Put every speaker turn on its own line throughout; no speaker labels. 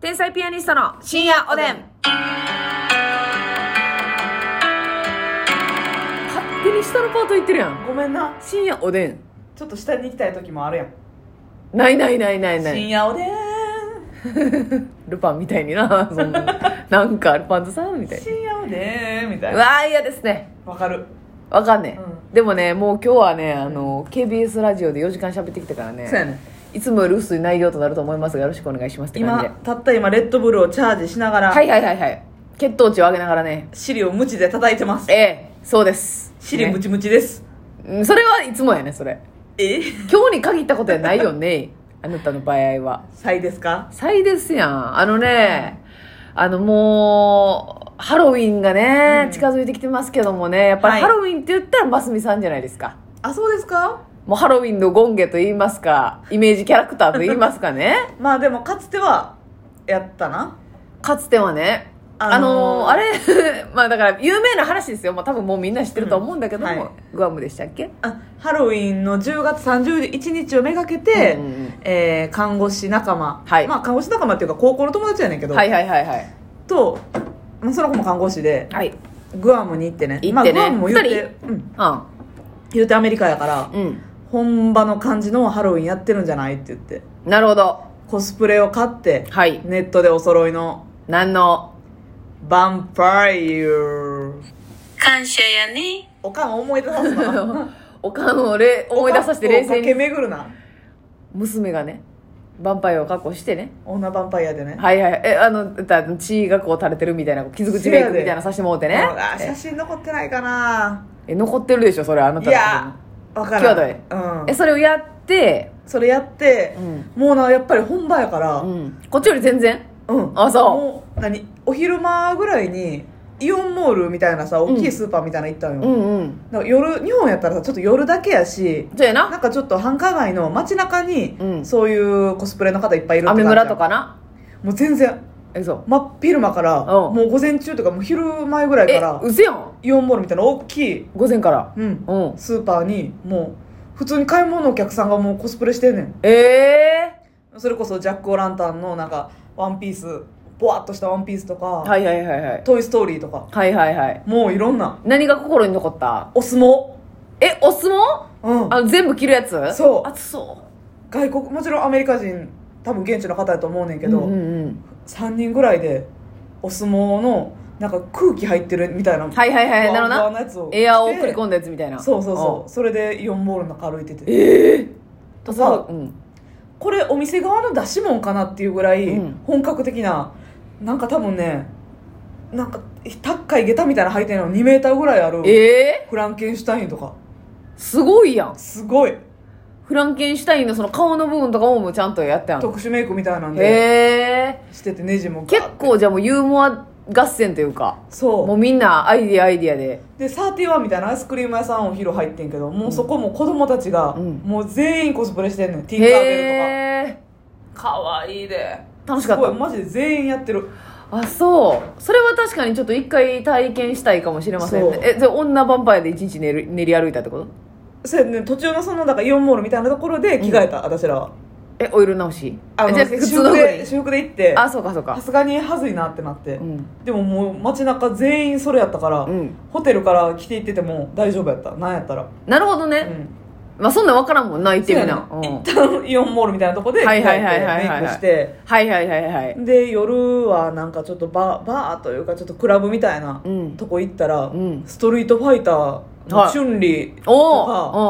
天才ピアニストの深夜おでん。勝手に下のパート行ってるやん。
ごめんな
深夜おでん。
ちょっと下に行きたい時もあるやん
ないないないないな
深
い。
夜おでん
ルパンみたいにな、 そんな。なんかルパンズさんみたい
深夜おでんみた
な。
いうな
わー、嫌ですね。
わかる
わかんね、、
うん
でもねもう今日はねあの KBS ラジオで4時間喋ってきたからね
そうやね
いつもより薄い内容となると思いますがよろしくお願いしますって感じ
今
で
たった今レッドブルをチャージしながら、
はいはいはいはい血糖値を上げながらね
尻をムチで叩いてます
ええそうです
尻ム
ね
チムチです、
うんそれはいつもやねそれ
え
今日に限ったことやないよねあなたの場合は
サイですか
最ですやんあのねあのもうハロウィンがね、
うん
近づいてきてますけどもねやっぱり
はい
ハロウィンって言ったらますみさんじゃないですか
あそうですか
もうハロウィンのゴンゲと言いますか、イメージキャラクターと言いますかね。
まあでもかつてはやったな
かつてはね、あ
あ
の
のー
ーあれ、 まあだから有名な話ですよ。まあ多分もうみんな知ってると思うんだけども、
うんはい
グアムでしたっけ
あハロウィンの10月31日をめがけて、
うんうんうん
えー看護師仲間、
はい
まあ、看護師仲間っていうか高校の友達やねんけど、
はいはいはいはい。
とまあその子も看護師で
はい。
グアムに行ってね
行ってね
まあ、グアムも言う
二
て、うん、言うてアメリカやから
うん。うん。
本場の感じのハロウィンやってるんじゃないって言って
なるほど。
コスプレを買って
はい。
ネットでお揃いの
何の、
ヴァンパイア
感謝やね。
おかん思い出さすな
おかんをれ 思い出させて冷静
おかんを駆け
に。
巡るな
娘がね、ヴァンパイアを確保してね。
女ヴァンパイアでね
はいはい。え、あの、だ血がこう垂れてるみたいな、傷口メイクみたいなのさせてもうてね。
あ写真残ってないかな
え、残ってるでしょ、それ、あなた
い
の
やわからん
兄
うん
え、それをやって、
それやって
う、ん。
もうなやっぱり本場やから
うん。こっちより全然
うん
あそう
もう何お昼間ぐらいにイオンモールみたいなさ大きいスーパーみたいなの行ったのよ、
んうん。
だから夜日本やったらさちょっと夜だけやし
そうや
な
な。
んかちょっと繁華街の街中に、
うん
そういうコスプレの方いっぱいいるって感
雨
じやん
村とかな。
もう全然
え、そう。
真っ昼間から、
うん
もう午前中とかもう昼前ぐらい
え
から、
うせやん。
イオンモールみたいな大きい、
午前から。
うん、
うん。
スーパーにもう普通に買い物のお客さんがもうコスプレしてんねん
ええ
それこそジャック・オ・ランタンのなんかワンピースボワッとしたワンピースとか、
ー。はいはいはいはい。
トイ・ストーリー」とか
はいはいはい。
もういろんな
何が心に残った
お相撲
え、お相撲
うん
あの、全部着るやつ
そう
暑そ
外国もちろんアメリカ人多分現地の方やと思うねん
う。
けど、
うんうんうん。
3人ぐらいでお相撲のなんか空気入ってるみたいな
はいはいはい。なる
ふわ
ほ
ふわ
ど
のやつを
な。エアーを送り込んだやつみたいな。
そうそうそうそれでイオンモールの中歩いてて
ええと
と
さ
さ、
うん。
これお店側の出し物かなっていうぐらい
うん
本格的な、なんか多分ねなんか高い下駄みたいなの履いてるの2メーターぐらいある
ええ
フランケンシュタインとか
すごいやん。
すごい
フランケンシュタインのその顔の部分とかももうちゃんとやったやん。
特殊メイクみたいなん
へ
で
え
しててネジもガー
結構じゃあもうユーモア合戦というか
そう
もうみんなアイディアアイディアで
でサーティワンみたいなアイスクリーム屋さんお昼入ってんけどもうそこも子供たちが、
うん
もう全員コスプレしてんねんティンカーベル
へえ
とかかわいいで
楽し
す
かっ
ごい
た
マジで全員やってる
あそうそれは確かにちょっと一回体験したいかもしれません
そ
ね
う
えで女ヴァンパイアで一日練る練り歩いたってこと
そうやね途中のそのだからイオンモールみたいなところで着替えた、私らは
えオイル直し
あ
え
の
じゃあ
私
普
私
通
服
の
で
服に
私服で行って
あそうかそう
さ
か
すがにはずいなってなって、
うん
でももう街中全員それやったから、
うん
ホテルから着て行ってても大丈夫やったなんやったら、
なるほど
う
ね、
ん
まあそんなん分からんもんな行ってみな、
そううやね
ん
一旦イオンモールみたいなとこで着替えて
はいはいはいはいはい
メイクして
はいはいはいはい
で夜はなんかちょっとバーバーというかちょっとクラブみたいな
うん
とこ行ったら、
ん
ストリートファイター
は
の
い
チュンリー
おお
と
う
か、
お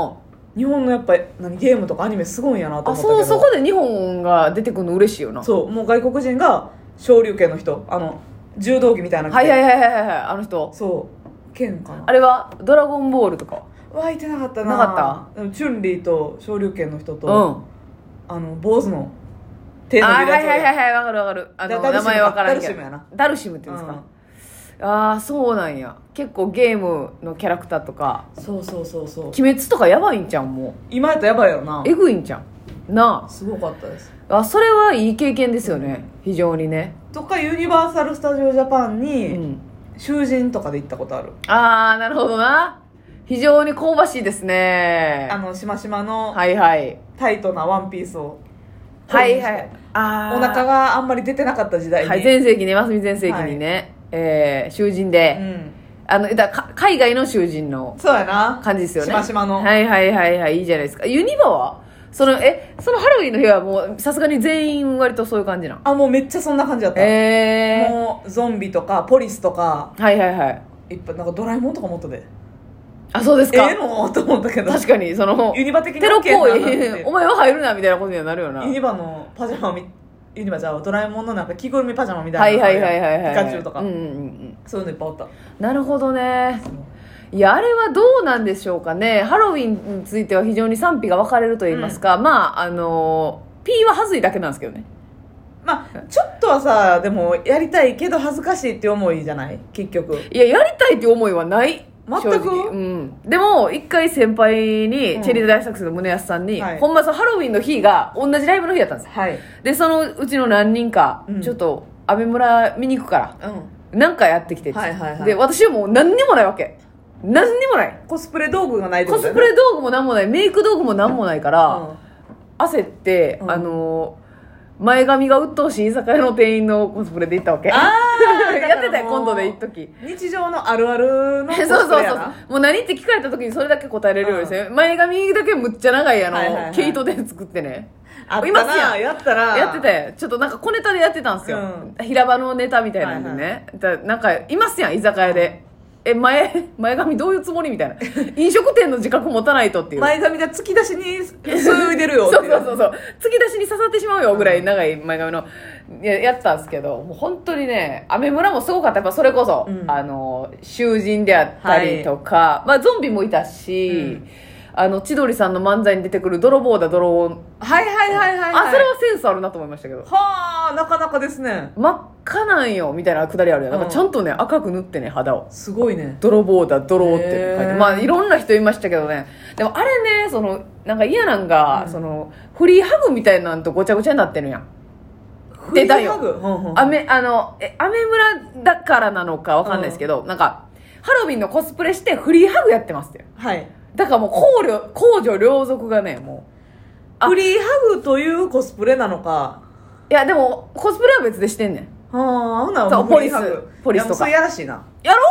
うおうおう
日本のやっぱり何ゲームとかアニメすごいんやなと
あ
思ったけど
そうそこで日本が出てくるの嬉しいよな
そうもう外国人が昇竜拳の人あの柔道着みたいなの着て
はいはいはいはいはいあの人
そう剣かな
あれは「ドラゴンボール」とか
湧いてなかった
な
な
か
ったチュンリーと昇竜拳の人
う
と、
んあ
あの坊主の手伸
は
び
い
るや
は
つ
いはいはいわかるわかるあの
ダル
名
シムか
前わからんけ
ダルシ
ど
ムやな
ダルシムって言うんですか、ああそうなんや結構ゲームのキャラクターとか
うんそうそうそうそう
「鬼滅」とかやばいんちゃんも
今やったらやばいよな
うえぐいんちゃんな
すごかったです
ああそれはいい経験ですよね非常にね
とかユニバーサル・スタジオ・ジャパン
う
に
ん
囚人とかで行ったことある、
ああなるほどな非常に香ばしいですね
あのしましまの
はいはい
タイトなワンピースを
はいはい。
お
あー
腹があんまり出てなかった時代に。
はい、全盛期ね、ますみ全盛期にね、えー、囚人で、
うん。
あの、だか海外の囚人の
そうやな。
感じですよね。
しましまの
はいはいはいはい、いいじゃないですか。ユニバはその、え、そのハロウィンの日はもう、さすがに全員割とそういう感じなん。
あ、もうめっちゃそんな感じだった。
え
もうゾンビとかポリスとか、
ー、はいはいはい。
いっぱいなんかドラえもんとか持っとで。
あ、そうです
え
か。
えのと思ったけど。
確かに、その、
ユニバ的に
テロ
OK や
行
な
為、 お前は入るな、みたいなことにはなるよな。
ユニバのパジャマみ、ユニバじゃあドラえもんのなんか着ぐるみパジャマみた
はいい
な。
はいはいはいはい。
ピカチュウとか。
うんうんうん
そういうのいっぱいおった。
うん。なるほどね。いや、あれはどうなんでしょうかね。ハロウィンについては非常に賛否が分かれると言いますか、まあ、あの、P ははずいだけなんですけどね。
まあ、ちょっとはさ、でも、やりたいけど恥ずかしいって思いじゃない結局。
いや、やりたいっていう思いはない。
全く
正直うん。でも、一回先輩に、
うん
チェリー大作戦の宗安さんに、
はい
ほんまそのハロウィンの日が、同じライブの日だったんですよ
はい。
で、そのうちの何人か、
うん
ちょっと、アメ村見に行くから、
うん。
なんかやってきてって、
はいはいはい
で、私はもう何にもないわけ。何にもない。
コスプレ道具がないって
コ
ことだ
スプ
よね
レ道具も何もない、メイク道具も何もないから、焦って、
うん
あのー前髪が鬱陶しい居酒屋の店員のコスプレで行ったわけ。
あー
やってたよ、
だからも
今
う
度で一時。
うん日常のあるあるのコ
そう
スプレやな
そうそうそう。もう何って聞かれた時にそれだけ答えれるようにして、前髪だけむっちゃ長いあの、
はいはいはい
毛糸で作ってね。
あった
いますや
なんやったら
やってたよ。ちょっとなんか小ネタでやってたんですよ。平場のネタみたいなんでね。だなんか、いますやん、居酒屋で。え、前、前髪どういうつもりみたいな。飲食店の自覚持たないとっていう。
前髪が突き出しに注いでるよ
そうそう
う
そうそう突き出しに刺さってしまうよぐらい長い前髪の、ややったんですけどもう本当にね雨村もすごかったやっぱそれこそ、
うん
あの囚人であったりとか、まあ、ゾンビもいたし、
うん
あの千鳥さんの漫才に出てくる泥棒だ泥棒、
はいはいはいはい、はい、
あそれはセンスあるなと思いましたけど
はあなかなかですね
真っ赤なんよみたいなくだりあるやんなんか
うん
ちゃんとね赤く塗ってね肌を
すごいね
泥棒だ泥って
へ
書いて
ー
まあいろんな人いましたけどねでもあれねそのなんか嫌なんが、
うん
そのフリーハグみたいなんとごちゃごちゃになってるやん出たよ
フリーハグほんほん
アメあのえアメ村だからなのかわかんないですけど、なんかハロウィンのコスプレしてフリーハグやってますって
はい
だからもう公領公女両族がねもあ
フリーハグというコスプレなのか
ういやでもコスプレは別でしてんねん
はあほんなら
そう
もうフリーハグ
ポリス
いやもうそ
ポリスとか
れやらしいな
やろ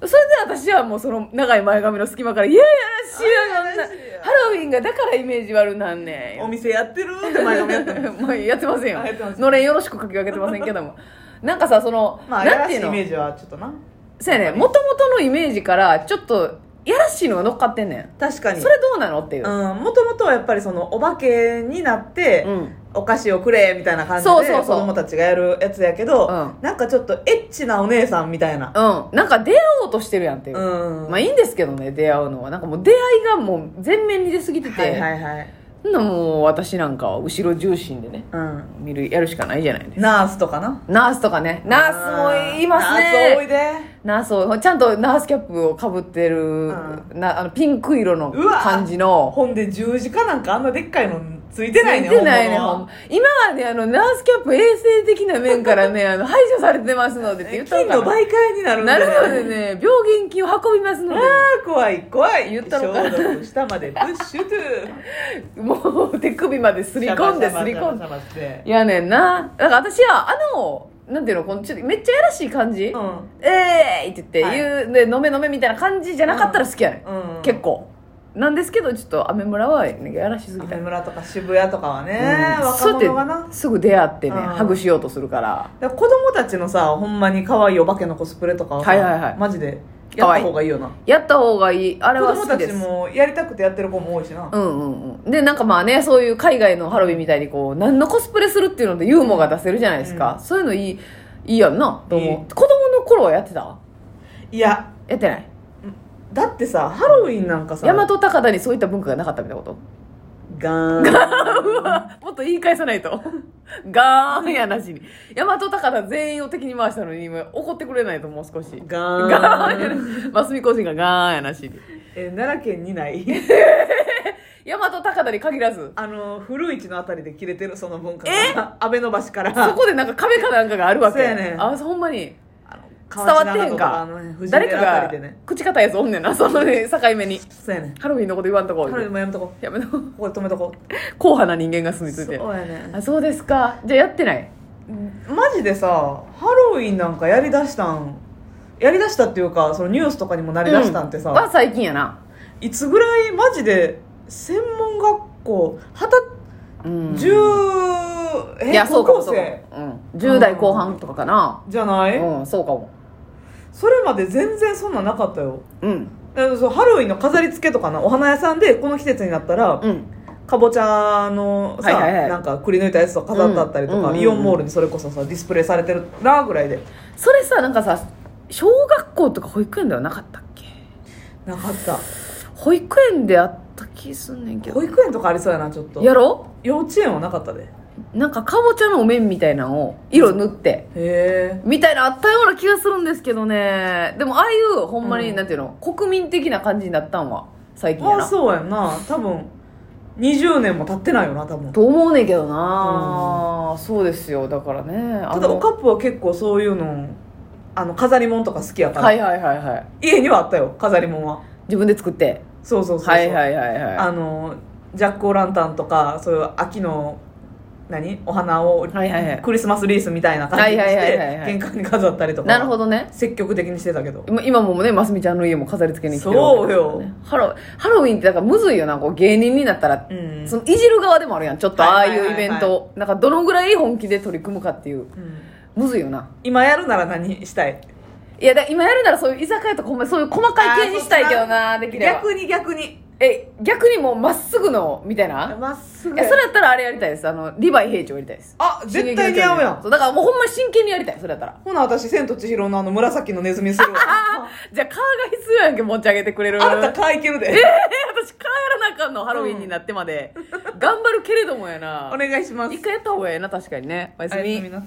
うん
それで私はもうその長い前髪の隙間から「いやいやらしいわ
あやらしい
こん
わ
なハロウィンがだからイメージ悪なんねん」
お店やってるって前髪やったの
まあやってませんよ
あやってます
のれんよろしく書き分けてませんけど もなんかさその、
まあや
なん
ら
てい
しいうイ
の
メージはちょっとな
そうやねもともとのイメージからちょっとやらしいのが乗っかってんねん
確かに
それどうなのっていう、
うんもともとはやっぱりそのお化けになって、
うん
お菓子をくれみたいな感じで
そうそうそう
子供たちがやるやつやけど、
う
なんかちょっとエッチなお姉さんみたいな
うん、なんか出会おうとしてるやんっていう、
うん、
まあいいんですけどね出会うのはなんかもう出会いがもう全面に出過ぎてて、
はいはいはい、
そんなもう私なんかは後ろ重心でね
うん、
見るやるしかないじゃないですか
ナースとかな
ナースとかねナースもいますね
ナース多いで
ナースをちゃんとナースキャップをかぶってる、
う
なあのピンク色の
うわ
感じの
ほんで十字架なんかあんなでっかいのついてないね
ついてないねほ
本
ん
物
ま今はねあのナースキャップ衛生的な面からねあの排除されてますのでって言った
金 の
のか
媒介になるん
なな
だ
る
よ
のでね病原菌を運びますの
あ
で
ー怖い怖い
言ったのかな
消毒下までプッシュトゥー
もう手首まですり込んで
シ
す
ャバ
り
シャ
込
バ
んで
シャバシャバして
いやねんなだから私はあのなんていうのこのちょっとめっちゃやらしい感じ、
うん
えーいって言って、
はい
言うで飲め飲めみたいな感じじゃなかったら好きやね、、
うんん
結構なんですけどちょっとアメ村はねやらしすぎた
雨村とか渋谷とかはね、
うん
若者が
そうやっ
な
てすぐ出会ってね、
うん
ハグしようとするから
だから子供たちのさほんまに可愛いお化けのコスプレとかはさ
はいはいはい
マジでや
可
っ
愛い
た方がいいよな
やった方がいいあれ
子
は
供
好き
た
で
ち
す
もやりたくてやってる子も多いしな、
うんうんうんでなんかまあねそういう海外のハロウィンみたいにこう何のコスプレするっていうのでユーモアが出せるじゃないですか、そういうのいいいいやんなと思う
いい
子供の頃はやってた
いや
やってない
だってさハロウィンなんかさ
大和高田にそういった文化がなかったみたいなこ
ガーン
と もっと言い返さないと ガーンやなしに大和高田全員を敵に回したのに今怒ってくれないともう少し
ガーン
ガーンやなマスミ個人がガーンやなしに
えー奈良県にない
大和高田に限らず
あの古市のあたりで切れてるその文化が安倍の橋から
そこでなんか壁かなんかがあるわけ
そうやねん
あほんまに
あの
伝わってへんか誰かが
ね、
口固いやつおんねんなそのね境目に
そうやね
ハロウィンのこと言わんとこ
ハロウィンもやめとこ
やめろ
ここで止めとこ
硬派な人間が住み着いて
そうやね
あそうですかじゃあやってない
マジでさハロウィンなんかやりだしたんやりだしたっていうかそのニュースとかにもなりだしたんってさ、
うは最近やない
つぐらいマジで専門学校二
うん
十、え
いやそ
高
うかも
校
そうかも
生、
うん、10代後半とかかな
じゃない、
うんそうかも
それまで全然そんなんなかったよ
うん
だからそうハロウィンの飾り付けとかなお花屋さんでこの季節になったら、
うん
かぼちゃのさ、
はいはいはい
なんかくり抜いたやつとか飾ってあったりとか、
うん
イオンモールにそれこそさディスプレイされてるなぐらいで
それさなんかさ小学校とか保育園ではなかったっけ
なかった
保育園であった気すんねんけど
保育園とかありそうやなちょっと
やろ
幼稚園はなかったでへ
なんかかぼちゃのお面みたいなのを色塗って
え
みたいなあったような気がするんですけどねでもああいうほんまに、
うん
なんていうの国民的な感じになったんは最近や
まあ
な
そうやんな多分20年も経ってないよな多分
と思うねんけどな、そうですよだからねあの
ただおカップは結構そういうのあの飾り物とか好きやから、
はいはいはいはい
家にはあったよ飾り物は
自分で作って
そうそうそうそう
はいはいはいはい
あのジャック・オ・ランタンとかそういう秋の何お花を
はいはいはい
クリスマスリースみたいな感じにし
はいはいはいはいは
て
い
玄関に飾ったりとか
なるほどね
積極的にしてたけど
今今もねますみちゃんの家も飾り付けに来てるわけですからねハロハロウィンってだからむずいよなこう芸人になったら、
うん
そのいじる側でもあるやんちょっとああいうイベン
はいはいは
トをなんかどのぐらい本気で取り組むかっていう
うん
むずいよな
今やるなら何したい
いやだ今やるならそういう居酒屋とかほんまにそういう細かい系にしたいけどなできれば
逆に逆に
え逆にもうまっすぐのみたいな
まっすぐ
えそれやったらあれやりたいですあのリヴァイ兵長やりたいです
あ絶対似合うやん
そうだからもうほんまに真剣にやりたいそれやったら
ほな私「千と千尋のあの紫のネズミ」する わ
じゃあカーが必要やんけ持ち上げてくれる
あんたかいけるで
私帰らなあかんのハロウィンになってまで、頑張るけれどもやな
お願いします
一回やった方がええな確かにねおやす
おや
み
すみなさい